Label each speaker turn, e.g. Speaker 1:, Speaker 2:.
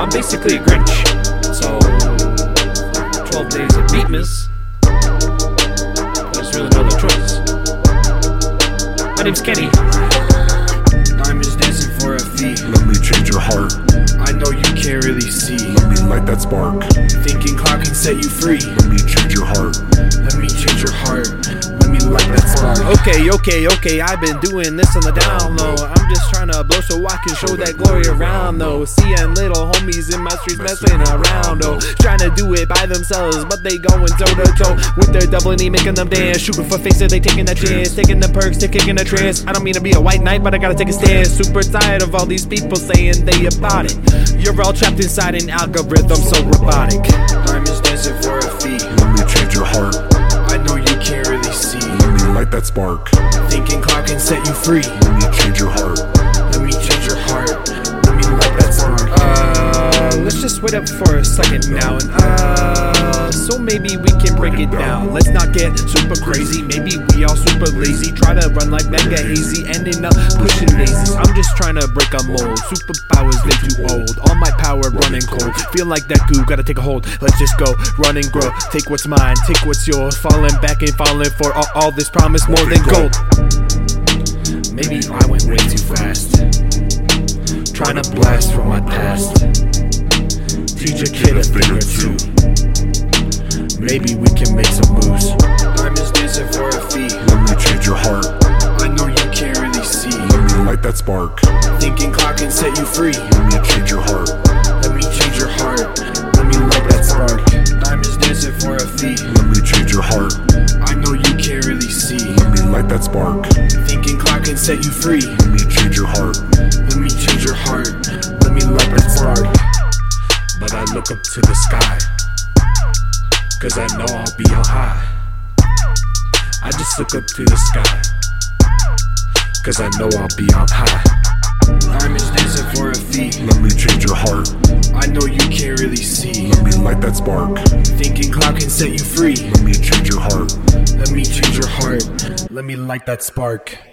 Speaker 1: I'm basically a Grinch. So, 12 days of beatmas. There's really no other choice. My name's Kenny. Time is dancing for a fee.
Speaker 2: Let me change your heart.
Speaker 1: I know you can't really see.
Speaker 2: Let me light that spark. Let
Speaker 1: Thinking clock can set you free.
Speaker 2: me change your heart.
Speaker 1: Let me change your heart. Let me light that spark. Okay, okay, okay. I've been doing this on the down low. I'm just trying to blow so I can show that glory around though. Seeing little homies in my streets messing around though. Trying to do it by themselves, but they going toe to toe with their double knee, making them dance. Shooting for faces, they taking that chance. Taking the perks, they kicking the trance. I don't mean to be a white knight, but I gotta take a stand. Super tired of all these people saying they about it. You're all trapped inside an algorithm, so robotic. Time is dancing for a fee.
Speaker 2: Let me change your heart.
Speaker 1: I know you can't really see.
Speaker 2: Let me light that spark.
Speaker 1: Thinking clock can set you free.
Speaker 2: Let me change your heart.
Speaker 1: Let me change your heart. Let me light that spark. Uh, let's just wait up for a second now. And uh, so maybe we can break it down. Let's not get super crazy. Maybe we all super lazy. Try to run like mega hazy. Ending up pushing daisies. I'm just trying to break a mold. Superpowers, they too old. All my power running cold. Feel like that goo, gotta take a hold. Let's just go, run and grow. Take what's mine, take what's yours. Falling back and falling for all, all this promise more than gold. Maybe I went way too fast. Trying to blast from my past. Teach a kid a thing or two. Maybe we can make some moves. Time is dancing for a fee.
Speaker 2: Let me change your heart.
Speaker 1: I know you can't really see.
Speaker 2: Let me light that spark. Let
Speaker 1: Thinking clock can set you free.
Speaker 2: me change your heart.
Speaker 1: Let me change your heart. Let me light that spark. Time is dancing for a fee.
Speaker 2: Let me change your heart.
Speaker 1: I know you can't really see.
Speaker 2: Let me light that spark.
Speaker 1: Thinking clock can set you free.
Speaker 2: Let me change your heart.
Speaker 1: Let me change your heart. Let me light that spark. But I look up to the sky. Cause I know I'll be on high. I just look up to the sky. Cause I know I'll be on high. Time is dancing for a fee.
Speaker 2: Let me change your heart.
Speaker 1: I know you can't really see.
Speaker 2: Let me light that spark.
Speaker 1: Thinking cloud can set you free.
Speaker 2: Let me change your heart.
Speaker 1: Let me change your heart. Let me light that spark.